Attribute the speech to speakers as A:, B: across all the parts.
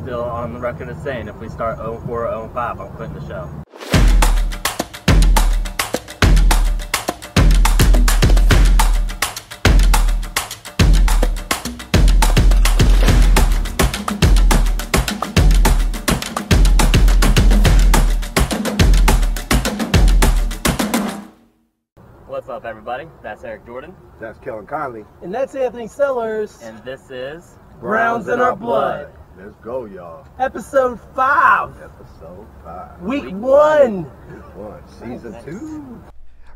A: still on the record as saying if we start 04 or 05, I'm quitting the show. What's up, everybody? That's Eric Jordan,
B: That's Kellen Conley.
C: And that's Anthony Sellers,
A: and this is
C: Browns in our blood.
B: Let's go, y'all.
C: episode five,
B: Episode five,
C: week
A: Week
C: one.
B: one, season two.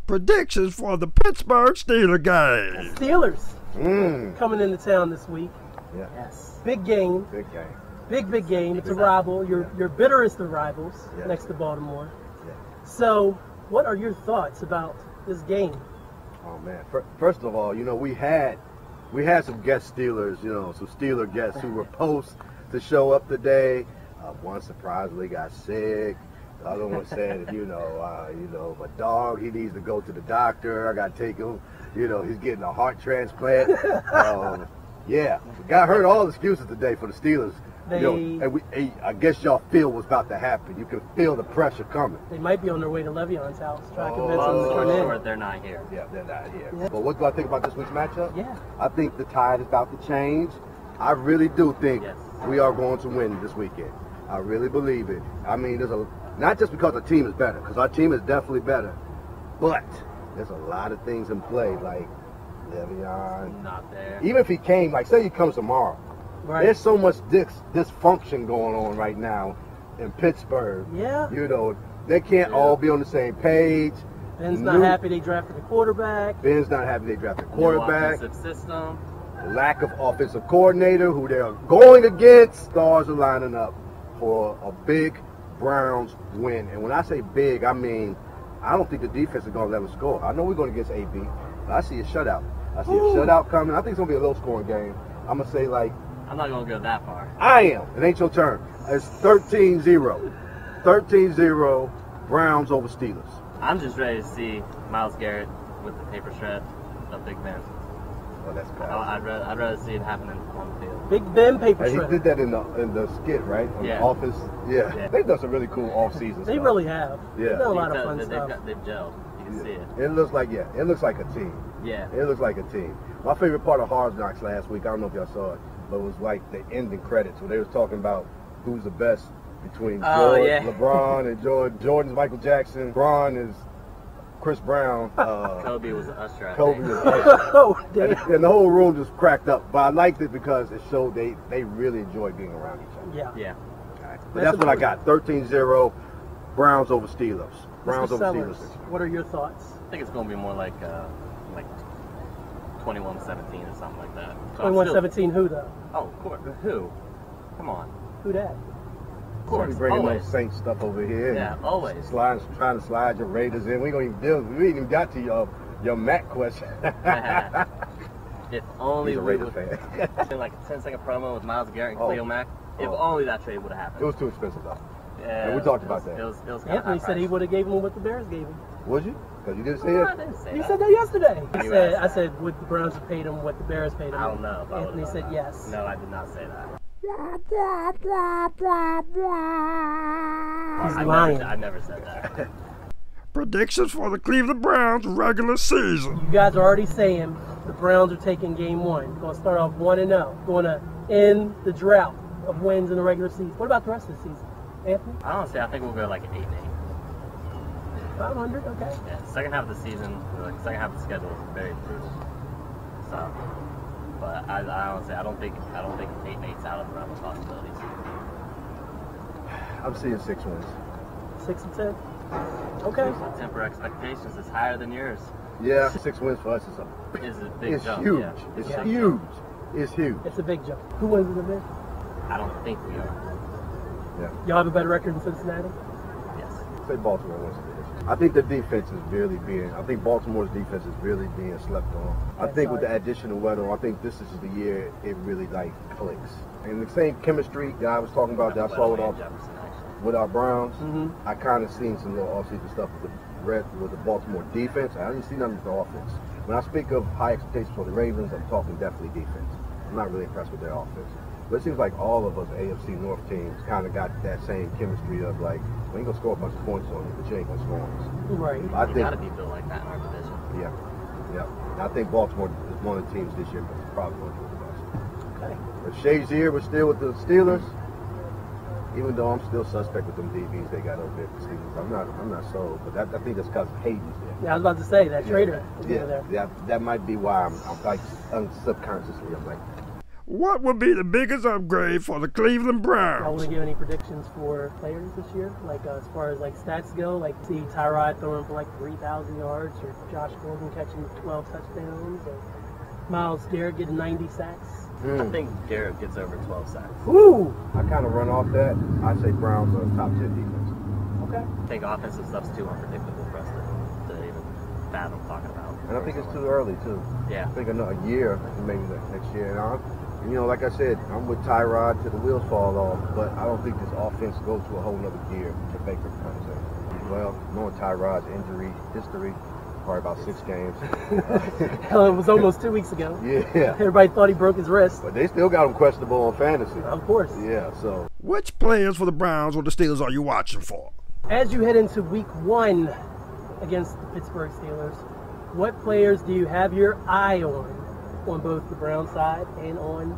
D: predictions for the Pittsburgh Steelers game.
C: Steelers
B: Mmm.
C: coming into town this week.
B: Yeah.
C: Yes. Big game,
B: Big game.
C: big big game. It's a rival. Your your bitterest of rivals
B: Yeah.
C: next to Baltimore.
B: Yeah.
C: So, what are your thoughts about this game?
B: Oh man. Fir- First of all, you know we had we had some guest Steelers, you know, some Steeler guests who were post to show up today. Uh, one surprisingly got sick. The other one said, you know, uh, you know, my dog, he needs to go to the doctor. I got to take him. You know, he's getting a heart transplant. um, yeah, got heard all the excuses today for the Steelers. you know,
C: They-
B: and we, and I guess y'all feel what's about to happen. You can feel the pressure coming.
C: They might be on their way to Le'Veon's house. Try to
B: Oh,
C: convince
A: Long
C: him
A: story
C: to come
A: short, they're not here.
B: Yeah, they're not here.
C: Yeah.
B: But what do I think about this week's matchup?
C: in. Yeah.
B: I think the tide is about to change. I really do think
A: Yes.
B: we are going to win this weekend. I really believe it. I mean, there's a not just because the team is better, because our team is definitely better, but there's a lot of things in play, like Le'Veon.
A: Not there.
B: Even if he came, like say he comes tomorrow,
C: Right.
B: there's so much dis- dysfunction going on right now in Pittsburgh.
C: yeah.
B: You know, they can't all be on the same page.
C: Ben's not
B: New-
C: happy they drafted a quarterback.
B: Ben's not having they draft a
A: New
B: quarterback.
A: offensive system.
B: lack of offensive coordinator who they're going against. Stars are lining up for a big Browns win. And when I say big, I mean I don't think the defense is going to let them score. I know we're going against AB, but I see a shutout. I see
C: Ooh.
B: a shutout coming. I think it's going to be a low scoring game. I'm going to say like
A: I'm not gonna go that far.
B: I am. It ain't your turn. It's 13-0. 13-0 Browns over Steelers.
A: I'm just ready to see Miles Garrett with the paper shred of Big Ben.
B: Oh, that's bad.
A: I- I'd rather, I'd rather see it happen on the field.
C: Big Ben paper
B: And he
C: shredder.
B: did that in the in the skit, right? On
A: Yeah.
B: The office. Yeah.
A: Yeah.
B: They've done some really cool off season.
C: They really have.
B: Yeah.
C: They've done a lot of
A: Because
C: fun
A: they- they've,
C: stuff.
A: got- they've gelled. You can see it.
B: It looks like yeah, it looks like a team.
A: Yeah.
B: It looks like a team. My favorite part of Hard Knocks last week, I don't know if y'all saw it, but it was like the ending credits where they was talking about who's the best between
A: Oh,
B: Jordan,
A: yeah.
B: LeBron and Jordan. Jordan's Michael Jackson. LeBron is Chris Brown. Uh,
A: Kobe was an usher. I
B: Kobe
A: think.
B: is.
C: oh,
B: And,
C: damn.
B: and the whole room just cracked up, but I liked it because it showed they, they really enjoy being around each other.
C: Yeah.
A: Yeah.
B: But that's,
C: That's
B: what I
C: important.
B: got. 13-0, Browns over Steelers. Browns
C: Mr.
B: over
C: Sellers,
B: Steelers.
C: what are your thoughts?
A: I think it's gonna be more like uh, like 21-17 or something like that. So I'm
C: Twenty-one
A: still-
C: seventeen. Who though?
A: Oh, of course. Who? Come on.
C: Who that?
A: Of
B: Sorry,
A: course.
B: bringing
A: Always.
B: those Saints stuff over here.
A: Yeah, always.
B: Slide, trying to slide your Raiders in. We ain't deal. We ain't even got to your your Mac question.
A: if only
B: He's a
A: we
B: Raider
A: would
B: fan.
A: been like a 10 second promo with Miles Garrett and
B: Oh.
A: Cleo Mack. If
B: Oh.
A: only that trade would have happened.
B: it was too expensive though.
A: yeah,
B: and we
A: it
B: talked
A: was-
B: about that.
A: It was, it was kinda
C: Anthony
A: high
C: said he
A: price.
C: would have gave him what the Bears gave him.
B: Would you? Because you didn't say
A: No, I
B: it.
A: didn't say
C: He
A: that.
C: said that yesterday.
A: You
C: I said,
A: asked
C: I said, would the Browns have paid him what the Bears paid him?
A: I don't know. If I
C: Anthony
A: would've
C: said
A: done that.
C: yes.
A: No, I did not say that.
C: He's
A: I
C: lying.
A: Never, I never said that.
D: Predictions for the Cleveland Browns regular season.
C: You guys are already saying the Browns are taking game one. Going to start off one and zero. Going to end the drought of wins in the regular season. What about the rest of the season, Anthony?
A: Honestly, I think we'll go like an 8 and 8.
C: 500. Okay.
A: Yeah, second half of the season, like second half of the schedule is very brutal. So, but I, I honestly, I don't think, I don't think 8 and 8's out of the realm of possibilities.
B: I'm seeing six wins.
C: Six and ten. Okay.
A: So temper expectations is higher than yours.
B: Yeah, six wins for us is a
A: Is a big
B: it's
A: jump.
B: huge.
A: Yeah,
B: It's
A: a big jump.
B: huge. It's huge.
C: It's a big jump. Who wins the division?
A: I don't think we are.
C: Y'all have a better record in Cincinnati.
A: Yes.
B: Say Baltimore wins the division. I think the defense is really being. I think Baltimore's defense is really being slept on. I
C: That's
B: think with
C: right.
B: the addition of Weddle, I think this is the year it really like clicks. And the same chemistry that I was talking about that I saw with
A: Well,
B: our
A: Jefferson, actually.
B: with our Browns.
C: Mm-hmm.
B: I kind of seen some little offseason stuff with the red with the Baltimore defense. I didn't see nothing with the offense. When I speak of high expectations for the Ravens, I'm talking definitely defense. I'm not really impressed with their offense. But it seems like all of us AFC North teams kind of got that same chemistry of like, we ain't gonna score a bunch of points on you, but you ain't gonna score on us.
C: Right.
B: I
A: you
B: think,
A: gotta be built like that in our division.
B: yeah, yeah. And I think Baltimore is one of the teams this year that's probably going to do the
C: Okay.
B: best. If Shazier was still with the Steelers, even though I'm still suspect with them DBs they got over there for Steelers, I'm not, I'm not sold. But that, I think that's because Hayden's there.
C: Yeah, I was about to say that trader is
B: yeah,
C: over there.
B: yeah, that might be why I'm, I'm like un- subconsciously I'm like
D: What would be the biggest upgrade for the Cleveland
C: Y'all want
D: Browns?
C: to give any predictions for players this year? Like uh, as far as like stats go, like see Tyrod throwing for like 3,000 yards, or Josh Gordon catching 12 touchdowns, or Miles Garrett getting 90 sacks.
B: Mm.
A: I think Garrett gets over 12 sacks.
C: Woo!
B: hmm, I kind of run off that. I say Browns are top ten defense,
C: Okay.
A: I think offensive stuff's too unpredictable for us to, to even fathom talking about.
B: and I think it's too early too.
A: Yeah.
B: I think another year, maybe ne- next year. And I'm, and, you know, like I said, I'm with Tyrod till the wheels fall off, but I don't think this offense goes to a whole nother gear to Baker comes in. Well, knowing Tyrod's injury history, probably about six games. Uh,
C: Hell, it was almost two weeks ago.
B: yeah,
C: Everybody thought he broke his wrist.
B: but they still got him questionable on fantasy.
C: Of course.
B: Yeah, so.
D: Which players for the Browns or the Steelers are you watching for?
C: As you head into week one against the Pittsburgh Steelers, what players do you have your eye on on both the Brown side and on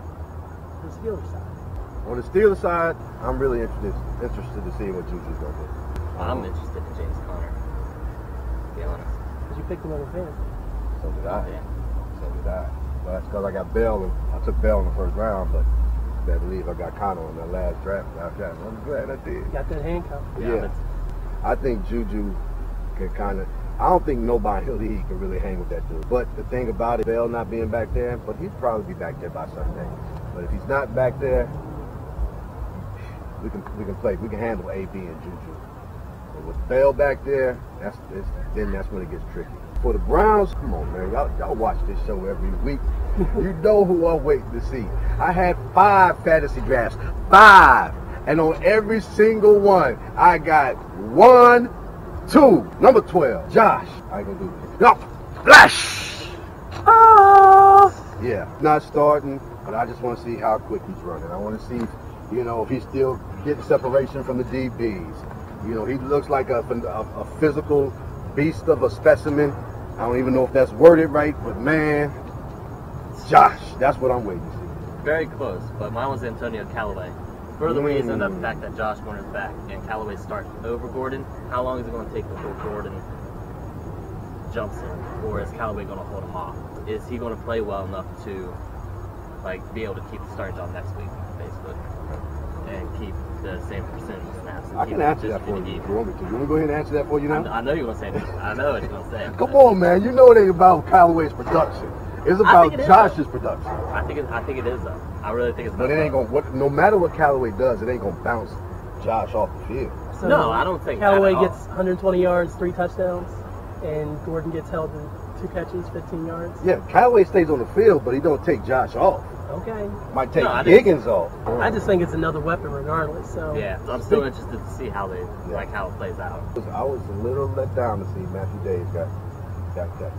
C: the Steelers side?
B: On the Steelers side, I'm really interested interested to see what Juju's gonna Oh.
A: I'm interested in James Conner. To be honest.
C: Because you picked him up in fantasy.
B: do. So did I.
A: Yeah.
B: So did I. Well, that's because I got Bell. And I took Bell in the first round, but you better believe I got Connor in the last draft. Last draft. I'm glad I did.
C: You got that handcuff.
A: Yeah,
B: Yeah. I think Juju can kind of. I don't think nobody in the league can really hang with that dude. But the thing about it, Bell not being back there, but he'd probably be back there by Sunday. But if he's not back there, we can we can play. We can handle AB and Juju. But with Bell back there, that's it's, then that's when it gets tricky. For the Browns, come on, man, y'all y'all watch this show every week. you know who I'm waiting to see. I had five fantasy drafts, five, and on every single one, I got one, two, number twelve, Josh. I ain't gonna do this. No, flash.
C: Ah!
B: Yeah, not starting, but I just want to see how quick he's running. I want to see, you know, if he's still getting separation from the DBs. You know, he looks like a, a, a physical beast of a specimen. I don't even know if that's worded right, but man, Josh, that's what I'm waiting to see.
A: but very close. But mine was Antonio Callaway. For the
B: Mm.
A: reason of the fact that Josh Warner's back and Callaway starts over Gordon, how long is it going to take before Gordon jumps him? Or is Callaway going to hold him off? Is he going to play well enough to like be able to keep the starting job next week, basically? And keep the same percentage of snaps. and
B: I
A: keep
B: can answer
A: just
B: that for you
A: even.
B: if you want me to. You want me to go ahead and answer that for you
A: I,
B: now?
A: I know you're gonna say. that. I know what you're gonna say.
B: Come on, man. You know it ain't about Callaway's production. It's about
A: it is,
B: Josh's production.
A: I think it, I think it is though. I really think it's.
B: But it ain't gonna. What, no matter what Callaway does, it ain't gonna bounce Josh off the field.
C: So
A: No, I don't think that
C: Callaway
A: at all.
C: gets 120 yards, three touchdowns, and Gordon gets held to two catches, 15 yards.
B: Yeah, Callaway stays on the field, but he don't take Josh off.
C: Okay.
B: Might take
A: No, I didn't-
B: Higgins off.
C: I just think it's another weapon regardless. So
A: Yeah, so I'm still interested to see how they like how it plays out.
B: I was, I was a little let down to see Matthew Days got got that.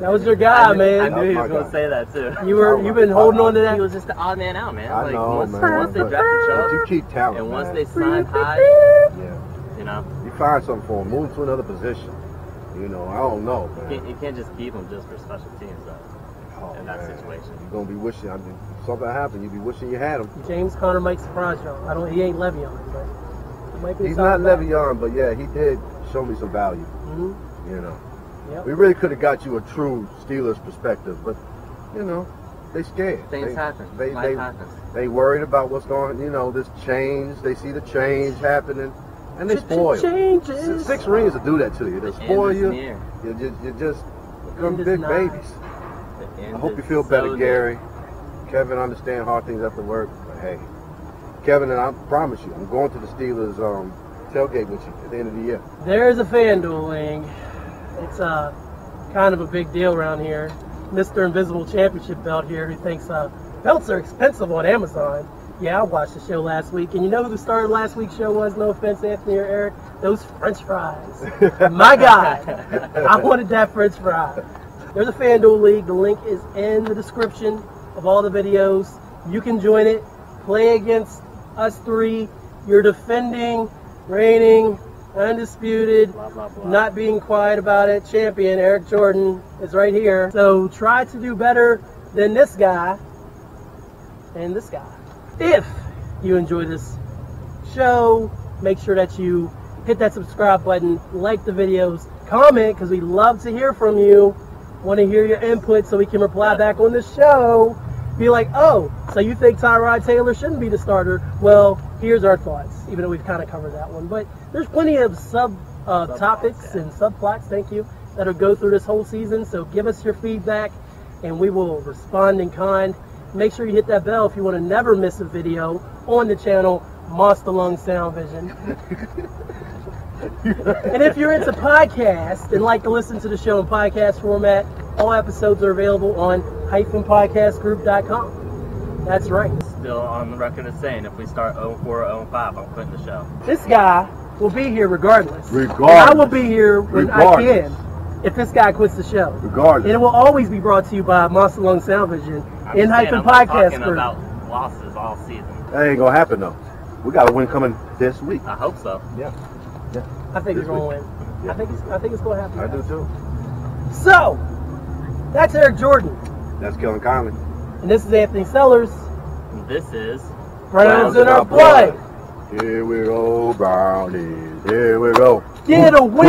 C: that was your guy,
A: I knew,
C: man.
A: I knew he
B: Oh,
A: was
B: my
A: gonna Oh
B: God.
A: say that too.
C: You were you've been holding on to
A: He
C: that.
A: was just the odd man out, man.
B: I
A: like
B: know,
A: once,
B: man.
A: once they
B: but,
A: draft
B: but you
A: each
B: keep
A: other,
B: talent,
A: and once
B: man.
A: they sign high,
B: yeah,
A: you know,
B: you find something for him, move him to another position. You know, I don't know,
A: you
B: man.
A: can't, you can't just keep them just for special teams though.
B: Oh,
A: in that
B: man.
A: situation.
B: you're gonna be wishing. I mean, if something happened, you'd be wishing you had him.
C: James Conner might surprise y'all. I don't. He ain't Le'Veon, but it might be.
B: He's not Le'Veon, but yeah, he did show me some value.
C: hmm
A: Mm-hmm.
B: You know,
C: Yep.
B: we really could have got you a true Steelers perspective, but you know, they scared.
A: Things
B: they,
A: happen.
B: They,
A: Life
B: they,
A: happens.
B: They worried about what's going, you know, this change. They see the change happening, and they spoil.
C: Changes.
B: S- Six rings will do that to you. They'll
A: The
B: spoil
A: end is
B: you.
A: near.
B: You're just, you're just
C: end
B: become
C: is
B: big
C: nigh.
B: babies.
A: The
B: I
A: end
B: hope you
A: is
B: feel better,
A: so near.
B: Gary. Kevin, I understand hard things have to work, but hey, Kevin, and I promise you, I'm going to the Steelers um, tailgate with you at the end of the year.
C: There's a fan dueling. It's uh, kind of a big deal around here. Mr. Invisible Championship belt here who thinks uh, belts are expensive on Amazon. Yeah, I watched the show last week, and you know who the star of last week's show was? No offense, Anthony or Eric. Those French fries. My God, I wanted that French fry. There's a FanDuel League. The link is in the description of all the videos. You can join it. play against us three. You're defending, reigning, undisputed,
A: Blah blah blah.
C: not being quiet about it. Champion Eric Jordan is right here. So try to do better than this guy and this guy. If you enjoy this show, make sure that you hit that subscribe button, like the videos, comment because we love to hear from you. Want to hear your input so we can reply back on the show. Be like, oh, so you think Tyrod Taylor shouldn't be the starter? Well, here's our thoughts, even though we've kind of covered that one. But there's plenty of sub uh,
A: Subplots,
C: topics
A: yeah.
C: and subplots, thank you, that'll go through this whole season. So give us your feedback and we will respond in kind. Make sure you hit that bell if you want to never miss a video on the channel Monster Lung Sound Vision. and if you're into podcasts and like to listen to the show in podcast format, all episodes are available on hyphenpodcastgroup.com. That's right.
A: Still on the record of saying if we start 04 or 05, I'm quitting the show.
C: This guy will be here regardless.
B: Regardless.
C: And I will be here when I
B: Regardless.
C: can if this guy quits the show. And
B: Regardless.
C: it will always be brought to you by Monster Lung Sound Vision
A: I'm
C: in
A: just saying,
C: Hyphen
A: I'm not
C: Podcast
A: talking
C: Group.
A: about losses all season.
B: That ain't gonna happen though. We got a win coming this week.
A: I hope so.
B: Yeah,
C: I
B: this
C: think he's gonna
B: week.
C: win.
B: Yeah.
C: I think it's, I think it's gonna happen.
B: I do too.
C: So that's Eric Jordan,
B: That's Kellen Conley.
C: and this is Anthony Sellers.
A: This is
C: Browns in our blood.
B: Here we go, Brownies. Here we go.
C: Get a win.